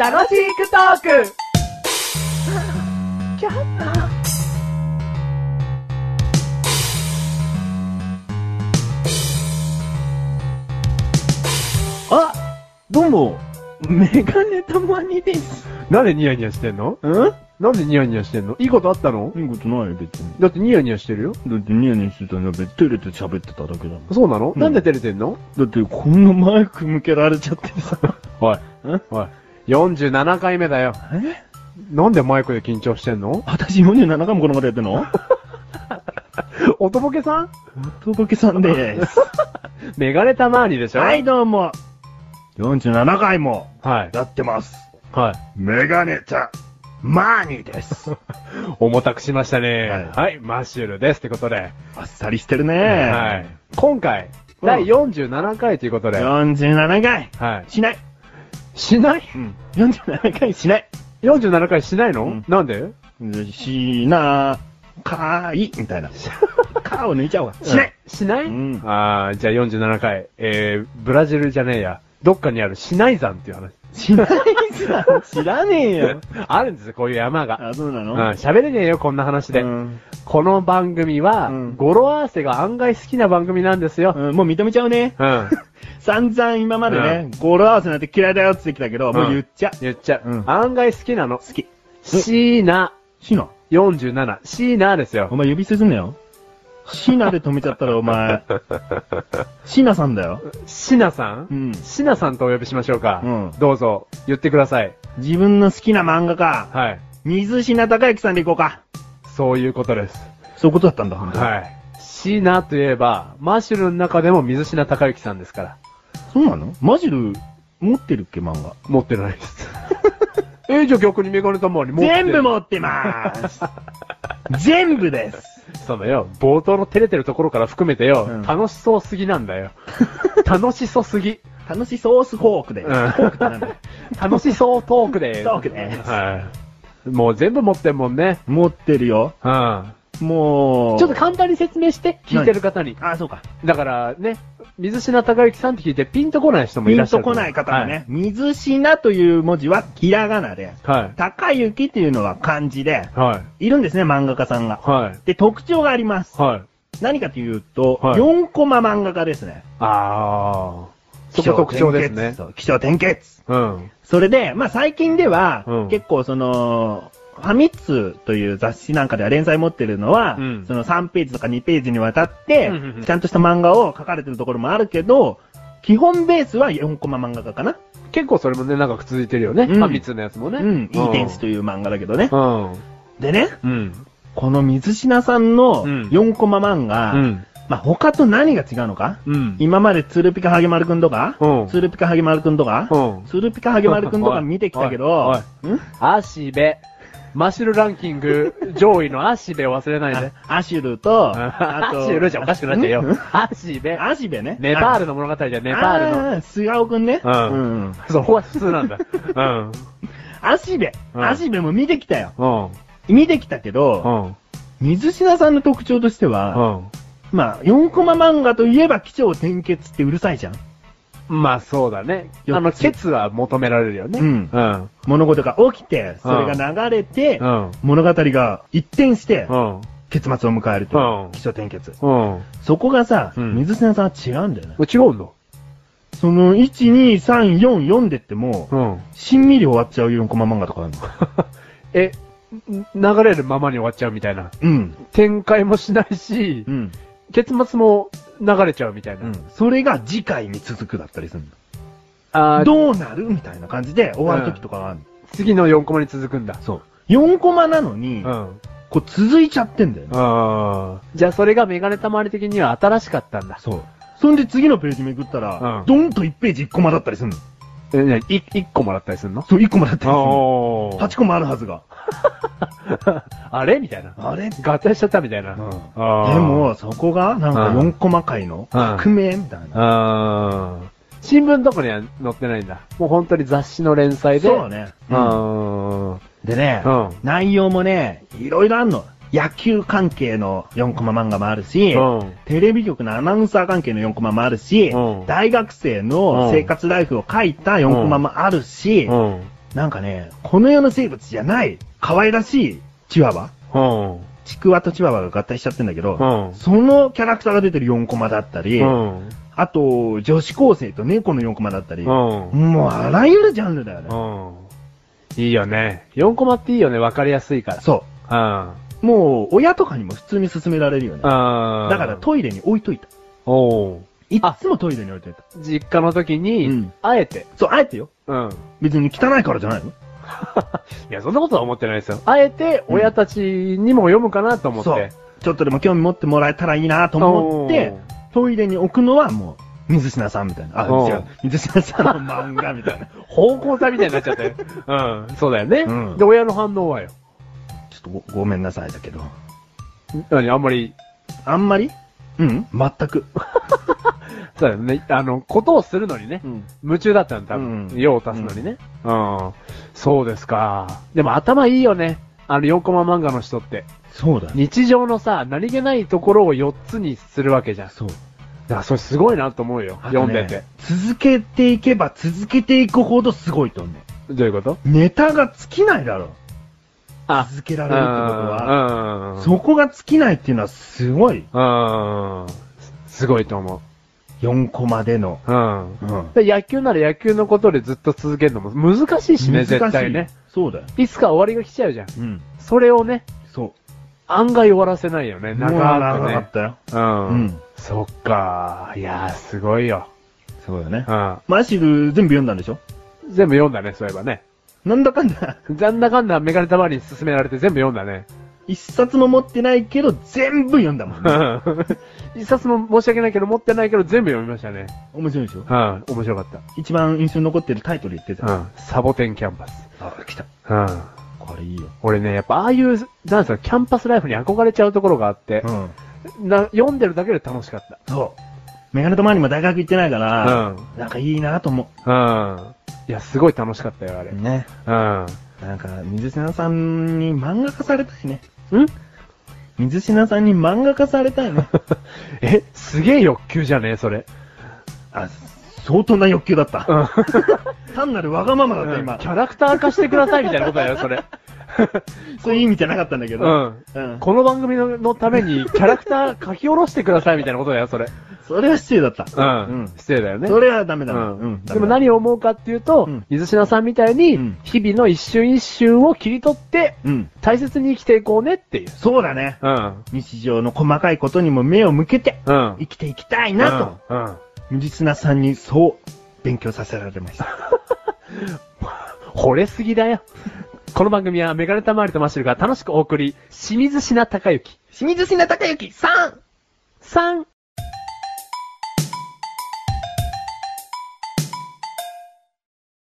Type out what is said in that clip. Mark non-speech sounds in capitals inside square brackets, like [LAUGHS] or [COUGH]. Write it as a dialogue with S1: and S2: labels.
S1: 楽しくトーク
S2: あどうも、メガネたまにです。
S3: なんでニヤニヤしてんの
S2: え
S3: なんでニヤニヤしてんのいいことあったの
S2: いいことないよ、別に。
S3: だってニヤニヤしてるよ。
S2: だってニヤニヤしてたのは別に照れて喋ってただけだもん。
S3: そうなの、
S2: うん
S3: なんで照れてんの
S2: だってこんなマイク向けられちゃってさ。
S3: はい。おい。47回目だよ。
S2: え
S3: なんでマイクで緊張してんの
S2: 私47回もこのまでやってんの
S3: おとぼけさん
S2: おとぼけさんでーす。
S3: メガネたまーにでしょ
S2: はい、。どうも。47回も
S3: はい。
S2: やってます。
S3: はい。
S2: メガネた、マーニーです。
S3: 重たくしましたね。
S2: はい
S3: はい。マッシュルです。ってことで。
S2: あっさりしてるね
S3: はい。今回、
S2: うん
S3: 第47回ということで。は
S2: 47回
S3: い。
S2: しない。
S3: しない
S2: うん。47回しない。
S3: ?47 回しないの、
S2: うん
S3: なん [LAUGHS] で
S2: しな、かい、みたいな。かを抜いちゃおうか。しない、
S3: しない、
S2: うん
S3: ああ、じゃあ47回。えー、ブラジルじゃねえや。どっかにあるシナイ山っていう話。
S2: しないさ、知らねえよ。
S3: [LAUGHS] あるんですよ、こういう山が。
S2: あ、そうな
S3: う
S2: の
S3: ん、喋れねえよ、こんな話で。
S2: うん
S3: この番組は、
S2: うん
S3: 語呂合わせが案外好きな番組なんですよ。
S2: うんもう認めちゃうね。
S3: うん。
S2: 散々今までね、語呂合わせなんて嫌いだよって言ってきたけど、もう言っちゃ。
S3: 言っちゃう。
S2: うん
S3: 案外好きなの。
S2: 好き。
S3: シーナ
S2: シナ。
S3: 47。シーナです
S2: お
S3: よ。
S2: 前指すんなよ。シナで止めちゃったらお前、シナさんだよ。
S3: シナさん、
S2: うん。
S3: シナさんとお呼びしましょうか。
S2: うん
S3: どうぞ、言ってください。
S2: 自分の好きな漫画か、
S3: はい。
S2: 水品孝之さんでいこうか。
S3: そういうことです。
S2: そういうことだったんだ、本当に
S3: はい。シーナといえば、マッシュルの中でも水品孝之さんですから。
S2: そうなのマジル、持ってるっけ、漫画。
S3: 持ってない
S2: [LAUGHS]
S3: です。えー、じゃあ逆にメガネたまに持ってる
S2: 全部持ってまーす全部です
S3: そうだよ。冒頭の照れてるところから含めてよ、
S2: うん
S3: 楽しそうすぎなんだ
S2: [LAUGHS]
S3: よ。楽しそうすぎ。
S2: 楽しソースフォークで。
S3: うん
S2: フォークってなんだよ
S3: 楽しそうトークで。
S2: トークです
S3: はい。もう全部持ってんもんね。
S2: 持ってるよ。
S3: うん。
S2: もう。
S3: ちょっと簡単に説明して、聞いてる方に。
S2: あ、そうか。
S3: だからね、水品孝之さんって聞いてピンとこない人もい
S2: ピ
S3: らっ
S2: ン
S3: しゃ
S2: と
S3: る思
S2: こ
S3: う。
S2: ない方もね、水品という文字はひらがなで、
S3: はい。はい。
S2: 高雪っていうのは漢字で、
S3: はい。
S2: いるんですね、漫画家さんが。
S3: はい。
S2: で、特徴があります。
S3: はい。
S2: 何かというと、
S3: はい
S2: 4コマ漫画家ですね。
S3: ああ。そこ特徴ですね。
S2: 気象転結。
S3: うん。
S2: それで、まあ最近では、
S3: うん
S2: 結構その、ファミ通という雑誌なんかでは連載持ってるのは、
S3: うん
S2: その3ページとか2ページにわたって、
S3: うんうんうん
S2: ちゃんとした漫画を書かれてるところもあるけど、基本ベースは4コマ漫画家かな、
S3: 結構それもね、長く続いてるよね。
S2: うん
S3: ファミ通のやつもね。
S2: うん。いい天使という漫画だけどね。
S3: うん。
S2: でね、
S3: うん。
S2: この水品さんの
S3: うん
S2: 4コマ漫画、
S3: うん。
S2: まあ他と何が違うのか、
S3: うん。
S2: 今までツルピカハゲマルくんとか、
S3: うん
S2: ツルピカハゲマルくんとか、
S3: うん
S2: ツルピカハゲマルくんとか見てきたけど、
S3: おい
S2: ん
S3: 足部。マシュルランキング上位の足部を忘れないで。
S2: あアシュルと、あと、
S3: 足部じゃおかしくなっちゃうよ
S2: んん。
S3: 足部。
S2: アシベね。
S3: ネパールの物語じゃネパールの。
S2: の。スガオくんね。
S3: うん
S2: うん。
S3: そこは普通 [LAUGHS] なんだ。うん。
S2: アシベ。
S3: うん
S2: アシベも見てきたよ。
S3: うん。
S2: 見てきたけ
S3: う
S2: ど、
S3: ん。
S2: 水品さんの特徴として
S3: う
S2: は、
S3: ん。
S2: まあ、4コマ漫画といえば、基調転結ってうるさいじゃん。
S3: まあそうだね。あの、
S2: 四つ
S3: ケツは求められるよね。
S2: うん
S3: うん。
S2: 物事が起きて、それが流れて
S3: う、ん。
S2: 物語が一転して
S3: う、ん。
S2: 結末を迎えると
S3: う。ん
S2: 基調転結。
S3: うん。
S2: そこがさ、
S3: うん
S2: 水品さんは違うんだよね。
S3: 違うんだ。
S2: その、1、2、3、4、4でっても
S3: う、ん。
S2: しんみり終わっちゃう4コマ漫画とかあるの。
S3: え、ん流れるままに終わっちゃうみたいな。
S2: うん。
S3: 展開もしないし、
S2: うん。
S3: 結末も流れちゃうみたいな。
S2: それが次回に続くだったりする
S3: あ
S2: の。
S3: ー
S2: どうなるみたいな感じで終わる時とかがあるの。
S3: 次の4コマに続くんだ。
S2: そう。4コマなのに、
S3: ん。
S2: こう続いちゃってんだよね。
S3: あーじゃあそれがメガネたまり的には新しかったんだ。
S2: そう。そんで次のページめくったら、
S3: うん
S2: ドンと1ページ1コマだったりするの。
S3: え、なに、い1個もらったりするの
S2: そう、1コマだったりするの。
S3: おー
S2: 8コマあるはずが。
S3: あれみたいな。
S2: あれ
S3: 合体しちゃったみたいな。
S2: うん
S3: あー
S2: でも、そこが、なんか
S3: うん
S2: 4コマ回の
S3: うん
S2: 革命みたいな。
S3: あー新聞とかには載ってないんだ。もう本当に雑誌の連載で。
S2: そうね。
S3: うん。うん。
S2: でね、
S3: うん
S2: 内容もね、いろいろあんの。野球関係の4コマ漫画もあるし、
S3: うん
S2: テレビ局のアナウンサー関係の4コマもあるし、
S3: うん
S2: 大学生
S3: う
S2: の
S3: ん
S2: 生活ライフを書いた4コマもあるし、
S3: うん。
S2: なんかね、この世の生物じゃない、可愛らしいチワワ
S3: うん。
S2: ちくわとチワワが合体しちゃってんだけど、
S3: うん
S2: そのキャラクターが出てる4コマだったり、
S3: うん。
S2: あと、女子高生と猫の4コマだったり、
S3: うん。
S2: もうあらゆるジャンルだよね。
S3: うん。いいよね。4コマっていいよね。わかりやすいか
S2: そ
S3: ら。
S2: う。もう、親とかにも普通に勧められるよね。
S3: うん。うん。
S2: だから、トイレに置いといた。
S3: おう
S2: いっつもトイレに置いといた。
S3: 実家の時に、
S2: うん
S3: あえて。
S2: そう、あえてよ。
S3: うん。
S2: 別に汚いからじゃないの
S3: いや、そんなことは思ってないですよ。あえて、親たちにも読むかなと思って。
S2: そう。ちょっとでも興味持ってもらえたらいいなと思って、トイレに置くのはもう、水品さんみたいな。あ、
S3: おう
S2: 違う。水品さんの漫画みたいな。 [LAUGHS]
S3: おう、方向差みたいになっちゃって。 [LAUGHS] うん。そうだよね。
S2: うん
S3: で、親の反応はよ。
S2: ちょっとごごめんなさいだけど。
S3: 何あんまり、
S2: あんまりうん全く。
S3: そうだよね。あの、ことをするのにね。
S2: うん。
S3: 夢中だったんだ、多分。
S2: うん
S3: 用を足すのにね、うん。そうですか。でも頭いいよね。あの、4コマ漫画の人って。
S2: そうだね。
S3: 日常のさ、何気ないところを4つにするわけじゃん。だか
S2: そう。
S3: らそれすごいなと思うよ。
S2: あと
S3: 読
S2: ね
S3: んでて。。
S2: 続けていけば続けていくほどすごいと思う。
S3: どういうこと
S2: ネタが尽きないだろ。
S3: あ、
S2: 続けら
S3: う
S2: れるってことは。
S3: ん。うん。
S2: そこが尽きないっていうのはすごい。
S3: うん。すごいと思
S2: 4コマでの。
S3: う。うん。
S2: うん。
S3: で野球なら野球のことでずっと続けるのも難しいしね、絶対ね。。
S2: そうだよ。
S3: いつか終わりが来ちゃうじゃん。
S2: うん。
S3: それをね、
S2: そう。
S3: 案外終わらせないよね、長
S2: もう
S3: く
S2: 長か
S3: ね
S2: っ。たよ。
S3: うん。
S2: うん
S3: そっかいやー、すごいよ。
S2: すごいよね
S3: う。ん。
S2: マシル全部読んだんでしょ
S3: 全部読んだね、そういえばね。
S2: なんだかんだ、
S3: なんだかんだメガネたまりに勧められて全部読んだね。
S2: 一冊も持ってないけど、全部読んだもん
S3: う
S2: ね。
S3: ん一冊も申し訳ないけど、持ってないけど全部読みましたね。
S2: 面白いでしょ
S3: うん。面白かっ
S2: 一番印象に残ってるタイトル言って
S3: た。
S2: た。
S3: うん。サボテンキャンパス。
S2: あ、来た。
S3: うん。
S2: これいいよ。
S3: 俺ね、やっぱああいう、なんですか、キャンパスライフに憧れちゃうところがあって、
S2: うん。
S3: な読んでるだけで楽しかった。
S2: そう。メガネとマーニも大学行ってないから、
S3: うん
S2: なんかいいなと思
S3: うん。いや、すごい楽しかったよ、あれ。
S2: う。ね。
S3: う
S2: なんか、水品さんに漫画化されたいね。
S3: ん。ん
S2: 水品さんに漫画化されたいね。
S3: え、すげえ欲求じゃねえ、それ。
S2: あ、相当な欲求だった。
S3: うん。
S2: 単なるわがままだった、
S3: うん
S2: 今
S3: キ。ャラクター化してくださいみたいなことだよ、それ。
S2: そういう意味じゃなかったんだ
S3: [LAUGHS]
S2: け
S3: う
S2: ど。
S3: ん。
S2: うん。
S3: この番組ののためにキャラクター書き下ろしてくださいみたいなことだよ、それ。
S2: それは失礼だった。
S3: うん。失礼だよね。
S2: それはダメ
S3: う
S2: だな。うん
S3: ん。
S2: ダ
S3: で
S2: メ
S3: も
S2: だ
S3: 何を思うかっていうと
S2: うん、
S3: 水品さんみたいに
S2: うん、
S3: 日々の一瞬一瞬を切り取って、
S2: うん。
S3: 大切に生きていこうねっていう。
S2: そうだね。
S3: うん。
S2: 日常の細かいことにも目を向けて、
S3: うん。
S2: 生きていきたいなと。
S3: と。うん。
S2: 水品さんにそう、勉強させられました。
S3: 惚れすぎだよ。この番組はメガネタマリとマッシュル [LAUGHS] が楽しくお送り、清水品高之
S2: 清水品隆之さん
S3: さん。